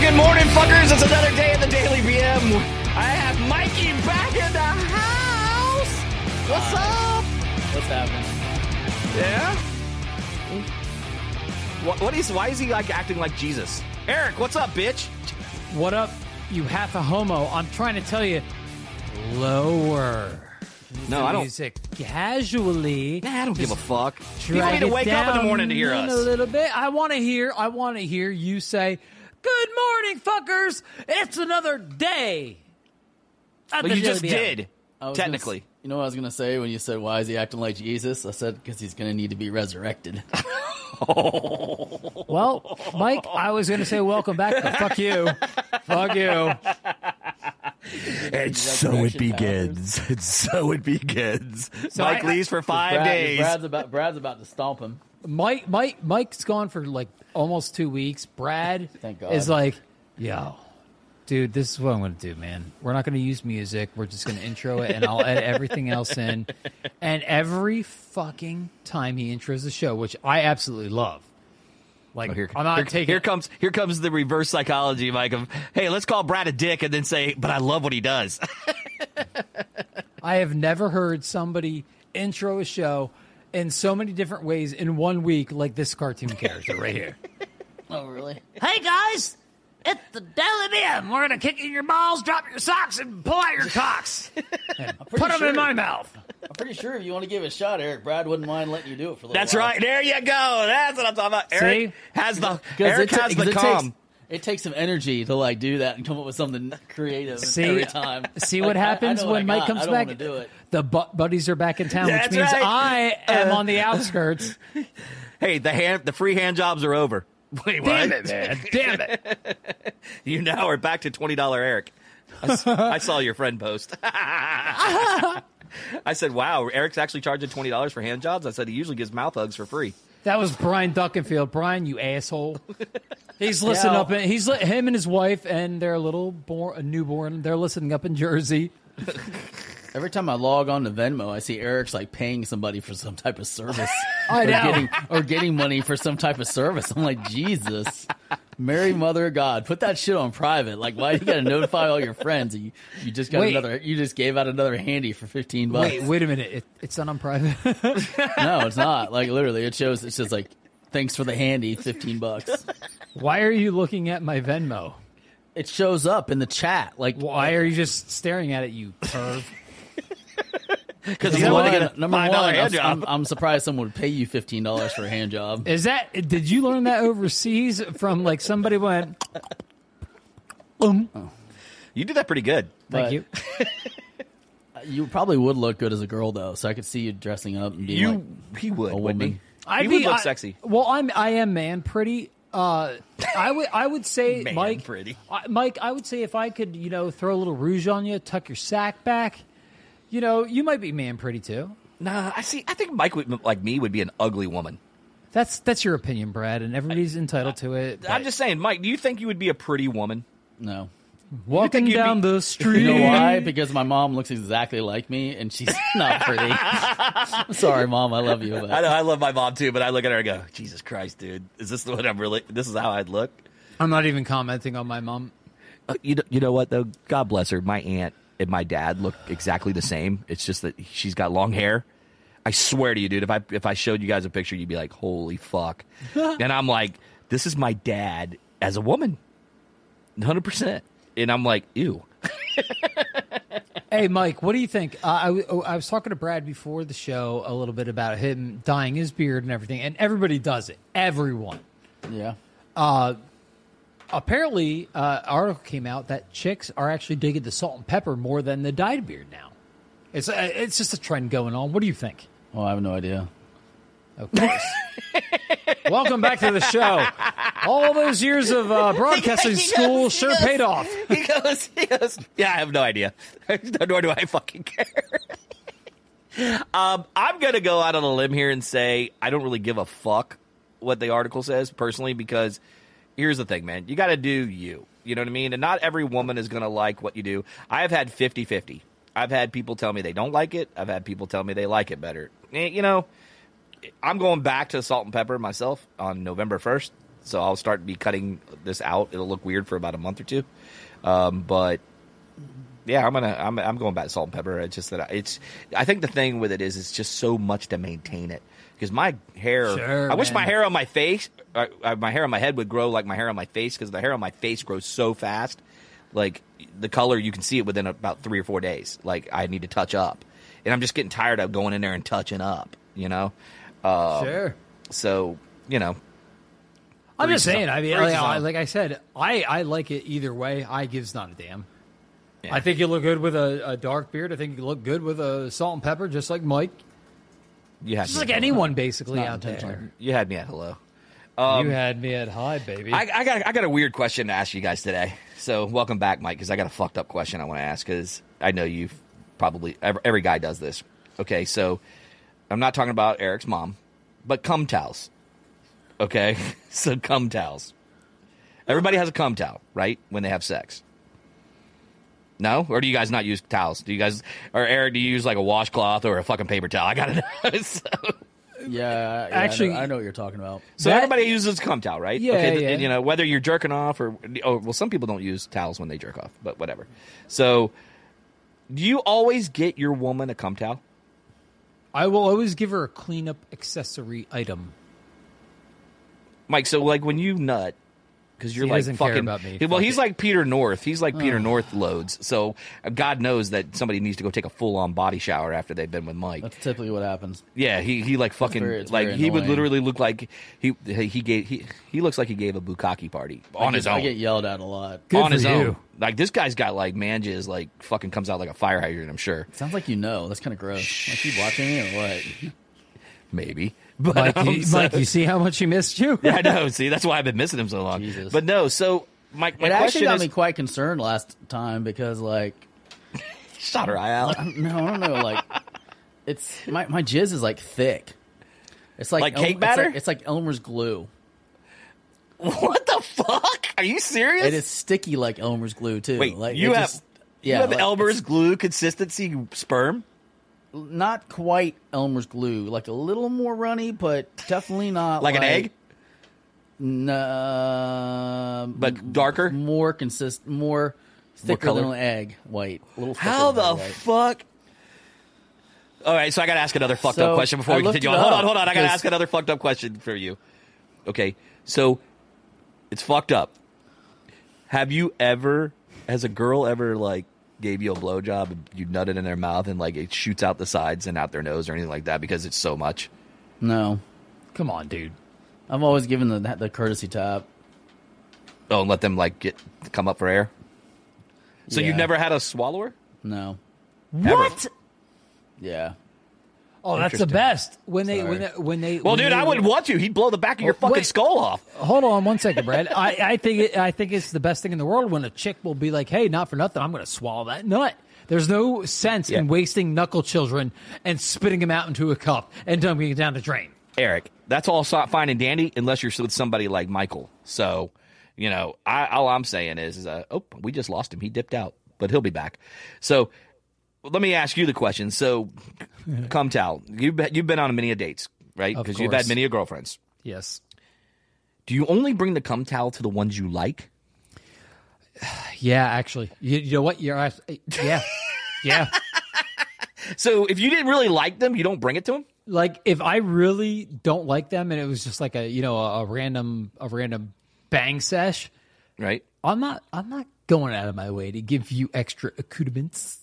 Good morning, fuckers. It's another day in the Daily BM. I have Mikey back in the house. What's up? What's happening? Yeah. What, what is? Why is he like acting like Jesus? Eric, what's up, bitch? What up, you half a homo? I'm trying to tell you, lower. No, I don't. Music casually. Nah, I don't give a Just fuck. People drag need to it wake up in the down morning to hear in us. A little bit. I want to hear. I want to hear you say, "Good morning, fuckers. It's another day." at Well, the you just JBL." did, Oh, I was gonna technically. s- you know what I was going to say when you said, why is he acting like Jesus? I said, because he's going to need to be resurrected. Well, Mike, I was going to say welcome back, but fuck you, fuck you. And so it begins. And so it begins. Mike I- leaves for five Brad- days. Brad's about, Brad's about to stomp him. Mike, Mike, Mike's gone for like almost two weeks. Brad, Thank God. is like, yo, dude, this is what I'm going to do, man. We're not going to use music. We're just going to intro it, and I'll add everything else in. And every fucking time he intros the show, which I absolutely love, like Oh, here, I'm not here, taking. here comes here comes the reverse psychology, Mike. Of hey, let's call Brad a dick and then say, but I love what he does. I have never heard somebody intro a show in so many different ways in one week like this cartoon character right here. Oh, really? Hey guys, it's the Daily BM. We're gonna kick in your balls, drop your socks, and pull out your cocks. Put them sure. in my mouth. I'm pretty sure if you want to give it a shot, Eric, Brad wouldn't mind letting you do it for a little That's while. right. There you go. That's what I'm talking about. Eric has the 'Cause Eric it ta- has 'cause the it takes- calm. It takes some energy to like do that and come up with something creative See- every time. See Like, what I- I happens know what when I Mike got. comes I don't back. wanna do it. The butt buddies are back in town, That's which means right. I am on the outskirts. hey, the hand the free hand jobs are over. Wait, Damn what? it, man! Damn it! You now are back to twenty dollar Eric. I, s- I saw your friend post. I said, "Wow, Eric's actually charging twenty dollars for hand jobs." I said he usually gives mouth hugs for free. That was Brian Duckenfield. Brian, you asshole. He's listening Yeah. up. In, he's li- him and his wife and their little bor- a newborn. They're listening up in Jersey. Every time I log on to Venmo, I see Eric's like paying somebody for some type of service. I or know. Getting, or getting money for some type of service. I'm like, Jesus. Mary, Mother of God, put that shit on private. Like, why you gotta notify all your friends? that You, you just got Wait. another. You just gave out another handy for fifteen bucks. Wait, wait a minute. It, it's not on private. No, it's not. Like, literally, it shows. It's just like, thanks for the handy, fifteen bucks. Why are you looking at my Venmo? It shows up in the chat. Like, Why are you just staring at it, you perv? Because he's Number going one, to get a number five one dollar hand I'm, job. I'm, I'm surprised someone would pay you fifteen dollars for a hand job. Is that did you learn that overseas from like somebody went um You did that pretty good. thank But- you. You probably would look good as a girl, though, so I could see you dressing up and being You like, he would, a wouldn't he? woman. I he would look sexy. Well, I'm I am man pretty. Uh I would I would say Man Mike pretty. I, Mike, I would say if I could, you know, throw a little rouge on you, tuck your sack back, you know, you might be man pretty too. Nah, I see. I think Mike would, like me would be an ugly woman. That's that's your opinion, Brad, and everybody's entitled to it. I'm but just saying, Mike. Do you think you would be a pretty woman? no. walking you'd be- down the street. You know why? Because my mom looks exactly like me, and she's not pretty. I'm sorry, mom. I love you. But I know I love my mom too, but I look at her and go, "Jesus Christ, dude, is this what I'm really? This is how I'd look." I'm not even commenting on my mom. Uh, you know, you know what though? God bless her. My aunt and my dad look exactly the same. It's just that she's got long hair. I swear to you, dude. If I if I showed you guys a picture, you'd be like, "Holy fuck!" and I'm like, "This is my dad as a woman, hundred percent." And I'm like, "Ew." Hey, Mike, what do you think? Uh, I, w- oh, I was talking to Brad before the show a little bit about him dyeing his beard and everything, and everybody does it. Everyone. yeah, Apparently, uh, article came out that chicks are actually digging the salt and pepper more than the dyed beard now. It's uh, it's just a trend going on. What do you think? well, Oh, I have no idea. Of course. Welcome back to the show. All those years of uh, broadcasting school sure paid off. He goes, he goes, yeah, I have no idea. Nor do I fucking care. um, I'm going to go out on a limb here and say I don't really give a fuck what the article says personally because here's the thing, man. You got to do you. You know what I mean? And not every woman is going to like what you do. I've had 50 50. I've had people tell me they don't like it. I've had people tell me they like it better. Eh, You know, I'm going back to salt and pepper myself on November 1st. so I'll start be cutting this out. It'll look weird for about a month or two, um, but yeah, I'm gonna I'm I'm going back to salt and pepper. It's just that I, it's I think the thing with it is it's just so much to maintain it because my hair. Sure, I wish my man. hair on my face, uh, uh, my hair on my head would grow like my hair on my face because the hair on my face grows so fast. Like the color, you can see it within about three or four days. Like I need to touch up, and I'm just getting tired of going in there and touching up. You know, uh, sure. so you know, I'm Freezes just saying. up. I mean, Freezes like, I, up. like I said, I, I like it either way. I gives not a damn. Yeah. I think you look good with a, a dark beard. I think you look good with a salt and pepper, just like Mike, you had just me like at hello. anyone basically not out intentional. there. You had me at hello. Um, you had me at high, baby. I, I got I got a weird question to ask you guys today. So welcome back, Mike, because I got a fucked up question I want to ask because I know you've probably every, every guy does this. Okay, so I'm not talking about Eric's mom, but cum towels. Okay, so cum towels. Everybody has a cum towel, right? When they have sex. No, or do you guys not use towels? Do you guys or Eric? Do you use like a washcloth or a fucking paper towel? I gotta know. so Yeah, yeah, Actually- I know, I know what you're talking about. so That- everybody uses cum towel, right? Yeah, okay, yeah. And, you know whether you're jerking off or oh, well, some people don't use towels when they jerk off, but whatever. So, do you always get your woman a cum towel? I will always give her a cleanup accessory item. Mike, so like when you nut, because you're He like doesn't care fucking. about me. he- Well, Fuck he's it. like Peter North. He's like Peter North loads. So uh, God knows that somebody needs to go take a full on body shower after they've been with Mike. That's typically what happens. yeah, he he like fucking very- it's like very he would annoying. literally look like he he gave he he looks like he gave a bukkake party on I his get, own. I get yelled at a lot. Good on for his own. you. Like this guy's got like manjas like fucking comes out like a fire hydrant. I'm sure, Sounds like you know. That's kind of gross. Like you watching me or what? maybe. But Mike, um, you, so- Mike, you see how much he missed you? yeah, I know. See, that's why I've been missing him so long. Jesus. But no, so my my It actually question got is, me quite concerned last time because like shut her eye out. no, I don't know. Like it's my my jizz is like thick. It's like Like Elm- cake it's batter? like- It's like, Elmer's glue. What the fuck? Are you serious? It is sticky like Elmer's glue too. Wait, like you it have just- you have like, Elmer's glue consistency sperm. it's not quite Elmer's glue. Like a little more runny, but definitely not Like an egg? No, But darker? um, more consist, more thicker than color? an egg white. A little thicker How than the an egg white. fuck? All right, so I got to ask another fucked So, up question before I we looked continue it on. Hold up on, hold on. I got to because- ask another fucked up question for you. Okay, so it's fucked up. Have you ever, has a girl ever like gave you a blowjob and you nutted in their mouth and like it shoots out the sides and out their nose or anything like that because it's so much? No, Come on, dude. I've always given the the courtesy tap. Oh, and let them like get come up for air. So Yeah. you've never had a swallower? No, What? yeah, Oh, that's the Interesting. best. When they when Sorry. they, when they Well, when dude, they- I wouldn't want you. He'd blow the back of Oh, your Well, fucking wait. skull off. Hold on one second, Brad. I, I think it, I think it's the best thing in the world when a chick will be like, "Hey, not for nothing, I'm going to swallow that nut." There's no sense in Yeah. wasting knuckle children and spitting them out into a cup and dumping it down the drain. Eric, that's all so- fine and dandy unless you're with somebody like Michael. So, you know, I, all I'm saying is, is uh, oh, we just lost him. He dipped out, but he'll be back. So, let me ask you the question. So, come tell you've been, you've been on many a dates, right? Of Because you've had course. many a girlfriends. Yes. Do you only bring the cum towel to the ones you like? Yeah, actually, you, you know what? You're ass- yeah, yeah. So, if you didn't really like them, you don't bring it to them. like if I really don't like them and it was just like a you know a, a random a random bang sesh, Right. I'm not I'm not going out of my way to give you extra accoutrements.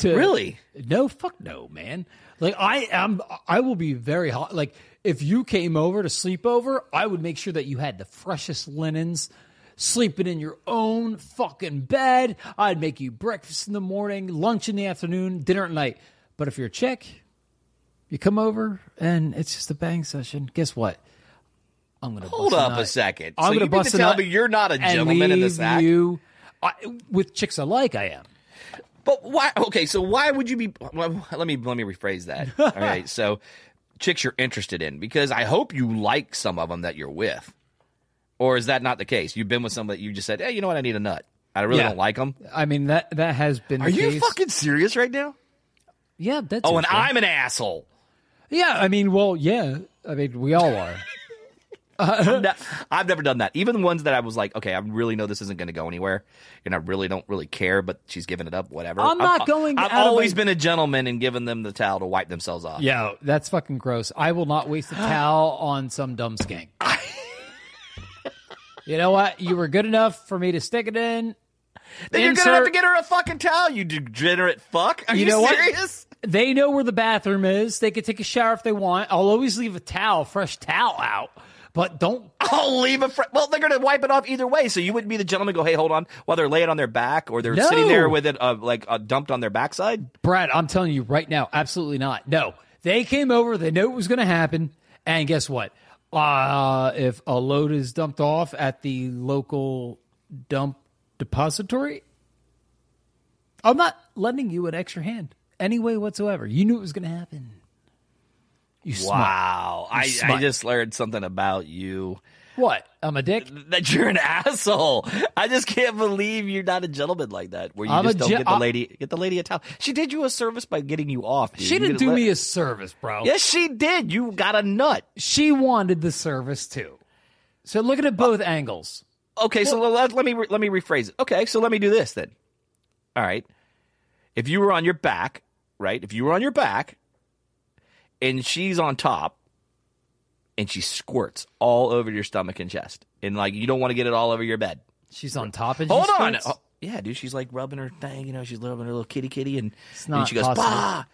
To, Really? No, fuck no, man. Like I am I will be very hot. Like if you came over to sleep over, I would make sure that you had the freshest linens. Sleeping in your own fucking bed. I'd make you breakfast in the morning, lunch in the afternoon, dinner at night. But if you're a chick, you come over and it's just a bang session. Guess what? I'm gonna Hold bust up nut. a second. I'm So you gonna mean bust to a tell nut me you're not a and gentleman in this leave act? You, I, with chicks alike, I am. But why? Okay, so why would you be? Well, let me let me rephrase that. All right, so chicks you're interested in because I hope you like some of them that you're with, or is that not the case? You've been with some that you just said, hey, you know what? I need a nut. I really Yeah. don't like them. I mean that that has been. Are the you case. fucking serious right now? Yeah, that's. Oh, it, and bro. I'm an asshole. Yeah, I mean, well, yeah. I mean, we all are. I'm not- I've never done that. Even ones that I was like, okay, I really know this isn't going to go anywhere, and I really don't really care, but she's giving it up, whatever. I'm not going I've out of always my- been a gentleman and giving them the towel to wipe themselves off. Yo, that's fucking gross. I will not waste a towel on some dumb skank. you know what? You were good enough for me to stick it in. Then you're gonna have to Insert- get her a fucking towel, you degenerate fuck. Are you, You know what? serious? They know where the bathroom is. They can take a shower if they want. I'll always leave a towel, fresh towel out. But don't. I'll leave a friend. Well, they're gonna wipe it off either way, so you wouldn't be the gentleman. to Go, hey, hold on, while they're laying on their back or they're No. sitting there with it uh, like uh, dumped on their backside. Brad, I'm telling you right now, absolutely not. No. They came over. They know it was going to happen. And guess what? Uh, if a load is dumped off at the local dump depository, I'm not lending you an extra hand any way whatsoever. You knew it was going to happen. You smart. Wow, I, I smut. just learned something about you What? I'm a dick. that you're an asshole. I just can't believe you're not a gentleman like that. Where you I'm just a don't gen- get the I- lady get the lady a towel. She did you a service by getting you off. dude. She You didn't do let- me a service, bro. Yes, she did. You got a nut. She wanted the service too. So looking at both angles. Okay, so let, let me re- let me rephrase it. Okay, so let me do this then. All right. If you were on your back, right? If you were on your back and she's on top and she squirts all over your stomach and chest and like you don't want to get it all over your bed. She's on top of Hold you, on. Spence. Oh, yeah, dude, she's like rubbing her thing, you know, she's rubbing her little kitty kitty and, and not she goes, possible. "Bah."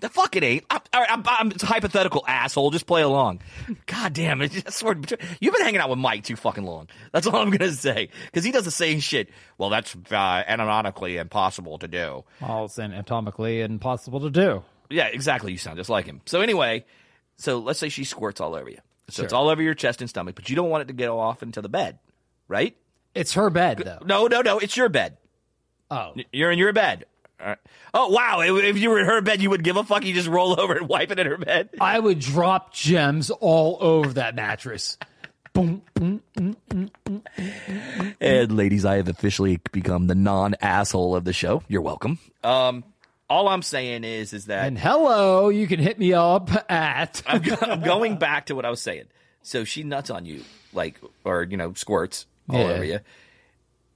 The fuck it ain't. I'm, all right, I'm, I'm it's hypothetical asshole. Just play along. God damn it! I swear, to betray- you've been hanging out with Mike too fucking long. That's all I'm gonna say because he does the same shit. Well, that's uh, anatomically impossible to do. Well, it's anatomically impossible to do. Yeah, exactly. You sound just like him. So anyway, so let's say she squirts all over you. So it's all over your chest and stomach, but you don't want it to get off into the bed, right? It's her bed, though. No, no, no. It's your bed. Oh, You're in your bed. All right. Oh wow! If if you were in her bed, you would give a fuck. You just roll over and wipe it in her bed. I would drop gems all over that mattress. boom, boom. And ladies, I have officially become the non asshole of the show. You're welcome. Um, all I'm saying is, is that And hello, you can hit me up at. I'm, go- I'm going back to what I was saying. So she nuts on you, like, or you know, squirts all Yeah. over you.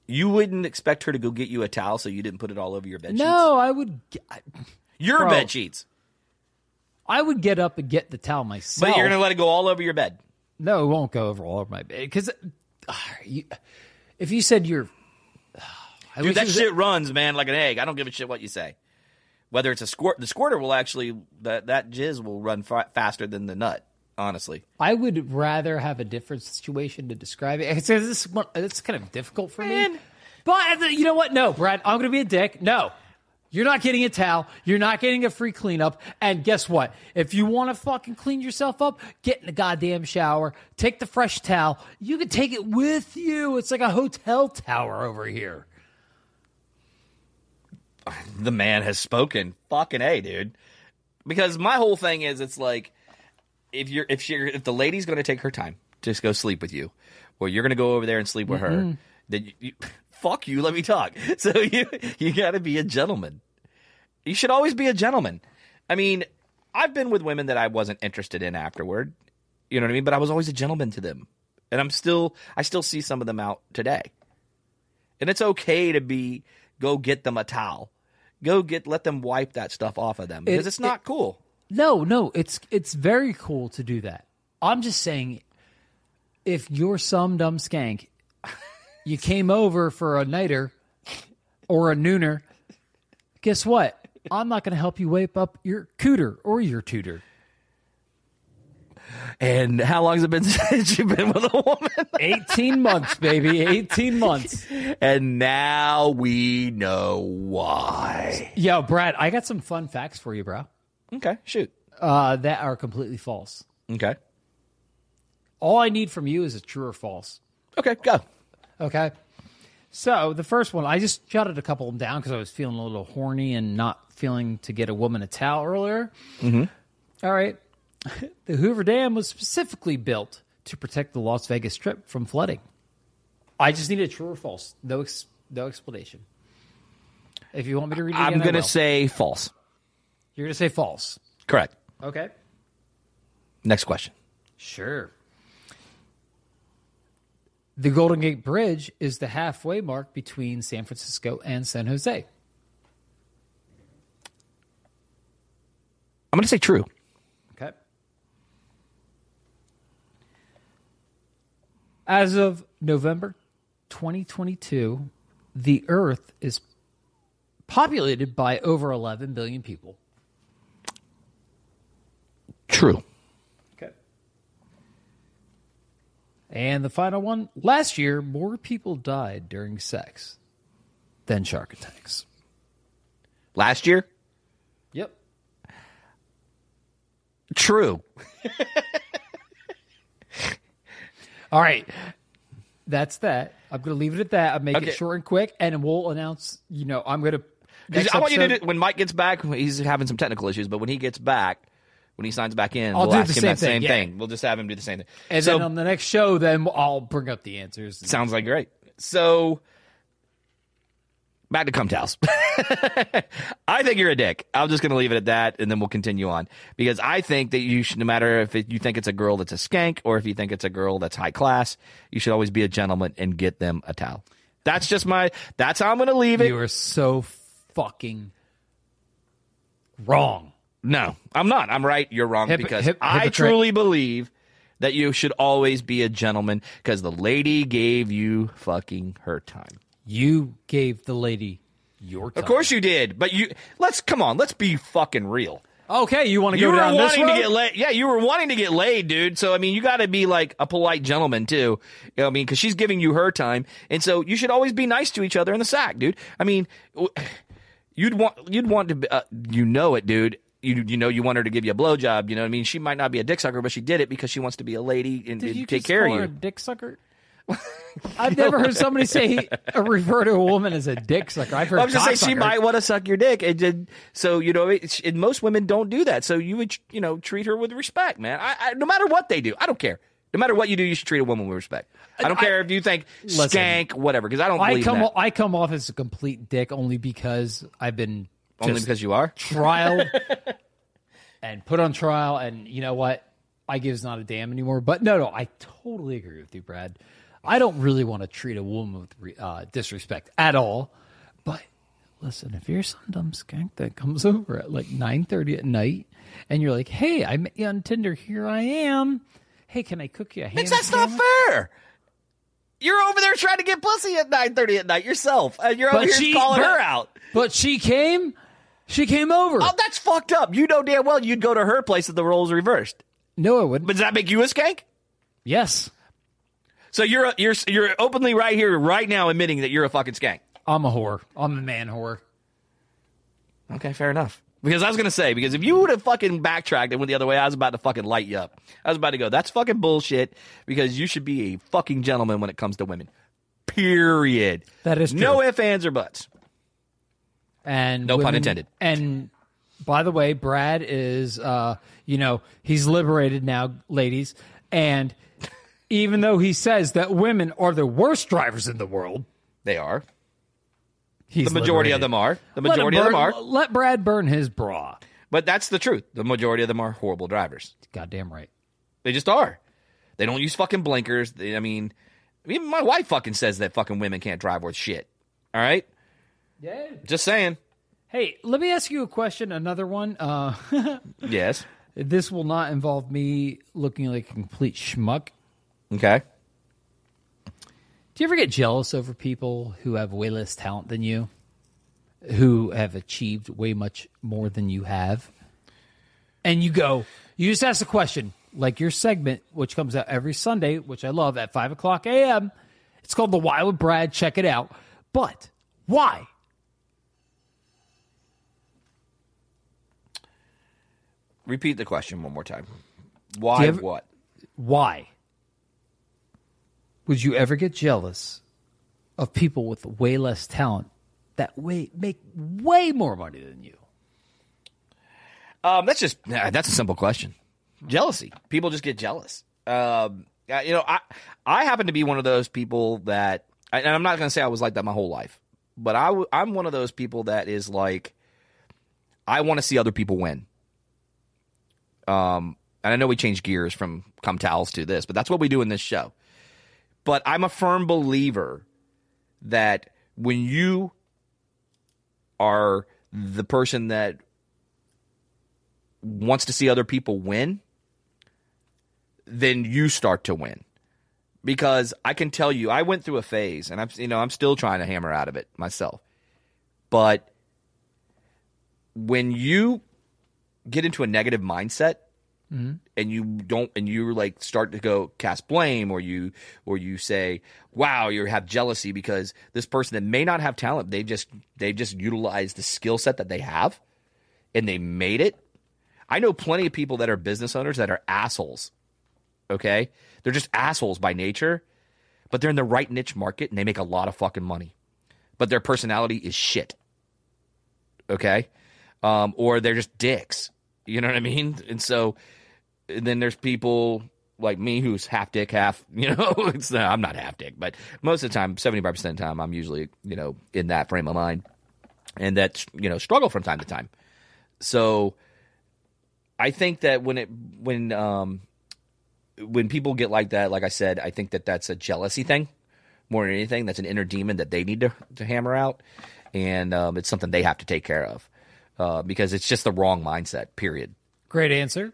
You wouldn't expect her to go get you a towel, so you didn't put it all over your bed. No, I would. g- I- sheets. your bro. bed sheets, I would get up and get the towel myself. but you're gonna let it go all over your bed. No, it won't go over all over my bed because you, if you said you're. I wish Dude, that it was- shit runs, man, like an egg. I don't give a shit what you say. Whether it's a squirt, the squirter will actually that that jizz will run fa- faster than the nut. Honestly, I would rather have a different situation to describe it. It's, it's, it's kind of difficult for Man. me. But uh, you know what? No, Brad, I'm going to be a dick. No, you're not getting a towel. You're not getting a free cleanup. And guess what? If you want to fucking clean yourself up, get in the goddamn shower. Take the fresh towel. You can take it with you. It's like a hotel tower over here. the man has spoken. Fucking a, dude. Because my whole thing is, it's like if you're if she if the lady's going to take her time, just go sleep with you, or you're going to go over there and sleep with Mm-hmm. her. Then you, you, fuck you. Let me talk. So you you got to be a gentleman. You should always be a gentleman. I mean, I've been with women that I wasn't interested in afterward. You know what I mean? But I was always a gentleman to them. And I'm still I still see some of them out today. And it's okay to be go get them a towel. Go get let them wipe that stuff off of them because It- it's not cool. No, no, it's it's very cool to do that. I'm just saying, if you're some dumb skank, you came over for a nighter or a nooner. Guess what? I'm not going to help you wipe up your cooter or your tutor. And how long has it been since you've been with a woman? 18 months, baby. 18 months. And now we know why. Yo, Brad, I got some fun facts for you, bro, Okay, shoot. uh, that are completely false. Okay. All I need from you is a true or false. Okay, go. Okay. So the first one, I just jotted a couple of them down because I was feeling a little horny and not feeling to get a woman a towel earlier. Mm-hmm. All right. The Hoover Dam was specifically built to protect the Las Vegas Strip from flooding. I just need a true or false. No, ex- no explanation. If you want me to read it, I'm again, I going to will. say false. you're going to say false. Correct. Okay. Next question. Sure. the Golden Gate Bridge is the halfway mark between San Francisco and San Jose. I'm going to say true. Okay. As of November 2022, the Earth is populated by over 11 billion people. True. Okay. And the final one last year, more people died during sex than shark attacks. Last year? Yep. True. All right. That's that. I'm going to leave it at that. I'll make Okay. it short and quick, and we'll announce, you know, I'm going to. 'Cause next I want you to episode- do, when Mike gets back, he's having some technical issues, but when he gets back, when he signs back in, I'll we'll do ask the him same that same thing, yeah. thing. We'll just have him do the same thing. And so then on the next show, then I'll bring up the answers. sounds like great. So back to Cumtows. I think you're a dick. I'm just going to leave it at that, and then we'll continue on because I think that you should, no matter if it, you think it's a girl that's a skank or if you think it's a girl that's high class, you should always be a gentleman and get them a towel. That's just my. That's how I'm going to leave it. You are so fucking wrong. No, I'm not. I'm right. You're wrong Hypo- because hip- I hypocrite. truly believe that you should always be a gentleman because the lady gave you fucking her time. You gave the lady your time. Of course you did, but you let's come on. Let's be fucking real. Okay, you want to You go were down this wanting road? to get laid. Yeah, you were wanting to get laid, dude. So I mean, you got to be like a polite gentleman too. You know what I mean? Because she's giving you her time, and so you should always be nice to each other in the sack, dude. I mean, w- you'd want you'd want to be, uh, you know it, dude. You, you know you want her to give you a blowjob. You know what I mean? She might not be a dick sucker, but she did it because she wants to be a lady and, Did and you take just care of call you. her a dick sucker? I've never heard somebody say uh, refer to a woman as a dick sucker. I've heard I'm just saying cocksucker. she might want to suck your dick, and then- so you know, it's, and most women don't do that. So you would, you know, treat her with respect, man. I, I, no matter what they do, I don't care. No matter what you do, you should treat a woman with respect. I don't care if you think Listen. skank, whatever, because I don't I believe in come that. o- I come off as a complete dick only because I've been Only just because you are. trial and put on trial and you know what i gives not a damn anymore but no no i totally agree with you brad i don't really want to treat a woman with re- uh, disrespect at all but listen if you're some dumb skank that comes over at like 9.30 at night and you're like hey i met you on tinder here i am hey can i cook you a ham That's not sandwich?" fair. You're over there trying to get pussy at 9:30 at night yourself, and you're over But here she- calling but- her out. but she came she came over Oh, that's fucked up. You know damn well you'd go to her place if the roles reversed. no i wouldn't But does that make you a skank? yes So you're a, you're you're openly right here, right now, admitting that you're a fucking skank. i'm a whore i'm a man whore Okay, fair enough. Because I was gonna say, because if you would have fucking backtracked and went the other way, I was about to fucking light you up. I was about to go, that's fucking bullshit. Because you should be a fucking gentleman when it comes to women. Period. That is no true. ifs, ands, or buts. and No pun women- intended. And by the way, Brad is, uh, you know, he's liberated now, ladies. And even though he says that women are the worst drivers in the world, They are. he's The majority of liberated. them are. The Let him majority of them burn- are. Let Brad burn his bra. But that's the truth. The majority of them are horrible drivers. Goddamn right. They just are. They don't use fucking blinkers. They, I mean, even my wife fucking says that fucking women can't drive worth shit. All right? Yeah. Just saying. Hey, let me ask you a question. Another one. Uh, Yes. this will not involve me looking like a complete schmuck. Okay. Do you ever get jealous over people who have way less talent than you, who have achieved way much more than you have? And you go, you just ask the question, like your segment, which comes out every Sunday, which I love at 5 o'clock a.m. It's called The Why with Brad. Check it out. But why? Repeat the question one more time. Why ever- what? Why would you ever get jealous of people with way less talent that way make way more money than you? Um, that's just nah, that's a simple question. Jealousy. People just get jealous. Um, uh, you know, I I happen to be one of those people that, and I'm not going to say I was like that my whole life, but I w- I'm one of those people that is like, I want to see other people win. Um, and I know we changed gears from come towels to this, but that's what we do in this show. But I'm a firm believer that when you are the person that wants to see other people win, then you start to win. Because I can tell you, I went through a phase, and I'm you know I'm still trying to hammer out of it myself. But when you get into a negative mindset, and you don't and you like start to go cast blame or you or you say wow you have jealousy because this person that may not have talent they just they just utilize the skill set that they have and they made it i know plenty of people that are business owners that are assholes okay they're just assholes by nature but they're in the right niche market and they make a lot of fucking money but their personality is shit okay um, or they're just dicks you know what i mean and so and then there's people like me who's half dick, half you know. It's not, I'm not half dick, but most of the time, seventy five percent of the time, I'm usually you know in that frame of mind, and that's you know struggle from time to time. So, I think that when it when um when people get like that, like I said, I think that that's a jealousy thing more than anything. That's an inner demon that they need to to hammer out, and um, it's something they have to take care of uh, because it's just the wrong mindset. Period. Great answer.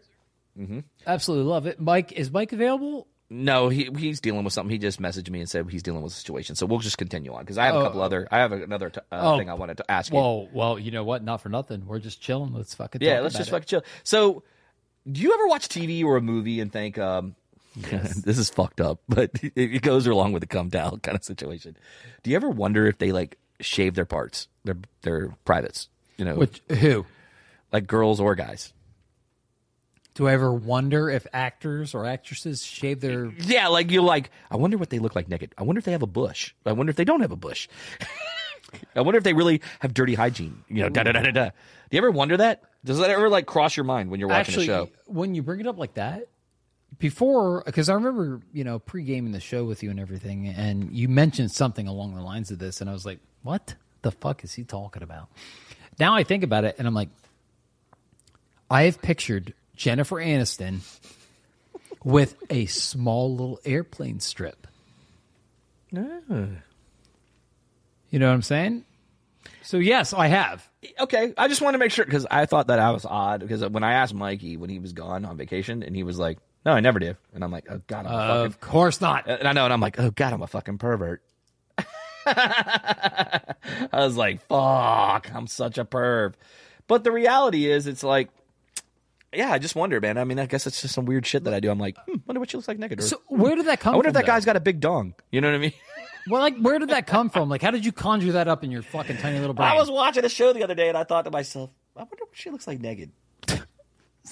Mm-hmm. Absolutely love it. Mike, is Mike available? No, he he's dealing with something. He just messaged me and said he's dealing with a situation. So we'll just continue on because I have a couple other. I have another t- uh, Oh. thing I wanted to ask you. Well, well, you know what? Not for nothing. We're just chilling. Let's fucking yeah, talk let's about just it. fucking chill. So, do you ever watch TV or a movie and think, um, this is fucked up, but it, it goes along with the come down kind of situation? Do you ever wonder if they like shave their parts, their their privates? You know, Which who? like girls or guys. Do I ever wonder if actors or actresses shave their Yeah, like you're like, I wonder what they look like naked. I wonder if they have a bush. I wonder if they don't have a bush. I wonder if they really have dirty hygiene. You know, da da da da da. Do you ever wonder that? Does that ever like cross your mind when you're watching actually the show? when you bring it up like that before because i remember you know pre-gaming the show with you and everything and you mentioned something along the lines of this and i was like what the fuck is he talking about now i think about it and i'm like i have pictured jennifer aniston with a small little airplane strip Ah. you know what i'm saying so yes i have Okay, I just want to make sure because I thought that I was odd because when I asked Mikey when he was gone on vacation and he was like, "No, I never do," and I'm like, "Oh God, I'm a fucking," of course not and I know, and I'm like, "Oh God, I'm a fucking pervert." I was like, "Fuck, I'm such a perv," but the reality is, it's like. Yeah, I just wonder, man. I mean, I guess it's just some weird shit that I do. I'm like, hmm, wonder what she looks like naked. Or, so where did that come I wonder if from, that though? guy's got a big dong. You know what I mean? Well, like, where did that come from? Like, how did you conjure that up in your fucking tiny little brain? I was watching a show the other day and I thought to myself, I wonder what she looks like naked.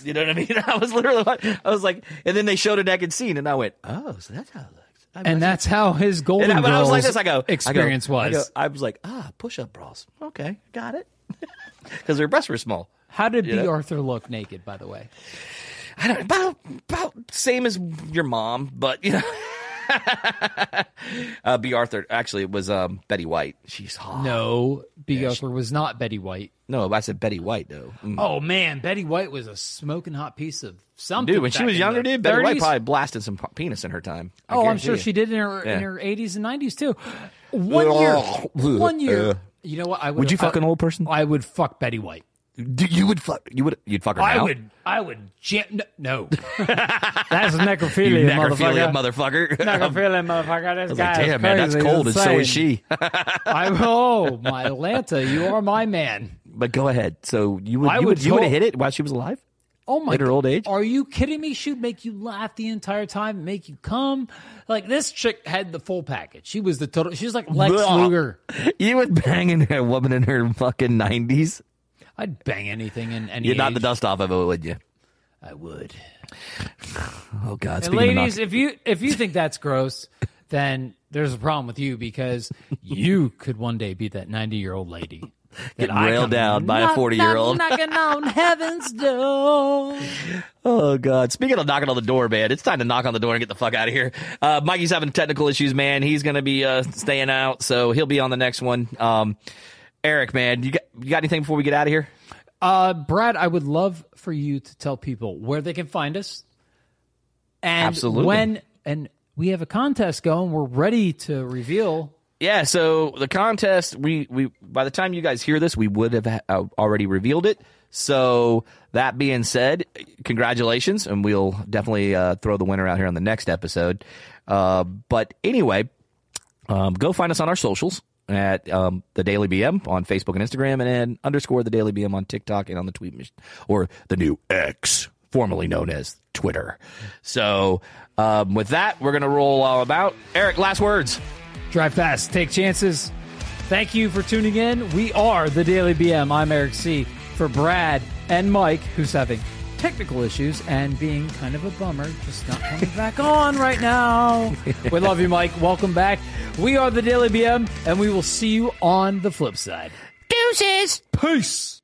you know what I mean? I was literally, like- I was like, and then they showed a naked scene and I went, oh, so that's how it looks. I and that's how his Golden and I, when I was like Girls this, I go, I go- experience I was. go- I was like, ah, push up bras. Okay, got it. Because her breasts were small. how did B. know? Arthur look naked? By the way, I don't about about same as your mom, but you know. uh, B. Arthur actually it was um, Betty White. She's hot. no, B. Arthur was not Betty White. no, I said Betty White though. Mm. Oh man, Betty White was a smoking hot piece of something. Dude, when she back was in younger, the dude, Betty White 30s. probably blasted some p- penis in her time. I Oh, I'm guarantee sure you. she did in her Yeah. in her 80s and 90s too. One year, Ugh. one year. Ugh. you know what? I would. Would you I- fuck an old person? I would fuck Betty White. D- you would fuck. You would. You'd fuck her I now? would. I would. Jam- no, no. that's necrophilia, You necrophilia motherfucker. motherfucker. Not feeling, motherfucker. This guy Like, is damn, man, that's crazy. cold, He's and so is insane." she. I oh, my Atlanta, you are my man. but go ahead. So you would. I you would would. you would tol- have hit it while she was alive. Oh my! At her old age? Are you kidding me? She'd make you laugh the entire time, make you come. Like this chick had the full package. She was the total. She was like Lex Blah. Luger. You would bang a woman in her fucking nineties. I'd bang anything in any. You'd knock age. the dust off of it, would you? I would. Oh God, And speaking of ladies, if you if you think that's gross, then there's a problem with you because you could one day be that 90 year old lady. that Getting I railed come down by a knock, knock, 40-year-old. knocking on heaven's door. Oh God! Speaking of knocking on the door, man, it's time to knock on the door and get the fuck out of here. Uh, Mikey's having technical issues, man. He's gonna be uh, staying out, so he'll be on the next one. Um, Eric, man, you got you got anything before we get out of here? Uh, Brad, I would love for you to tell people where they can find us and Absolutely. when and we have a contest going. We're ready to reveal. Yeah, so the contest we we by the time you guys hear this, we would have uh, already revealed it. So that being said, congratulations, and we'll definitely uh, throw the winner out here on the next episode. Uh, but anyway, um, go find us on our socials at um, the Daily BM on Facebook and Instagram, and then underscore the Daily BM on TikTok and on the tweet mach- or the new X, formerly known as Twitter. So um, with that, we're gonna roll all about. Eric, last words. Drive fast, take chances. Thank you for tuning in. We are the Daily BM. I'm Eric C. For Brad and Mike, who's having technical issues and being kind of a bummer, just not coming back on right now. We love you, Mike. Welcome back. We are the Daily BM, and we will see you on the flip side. Deuces. Peace.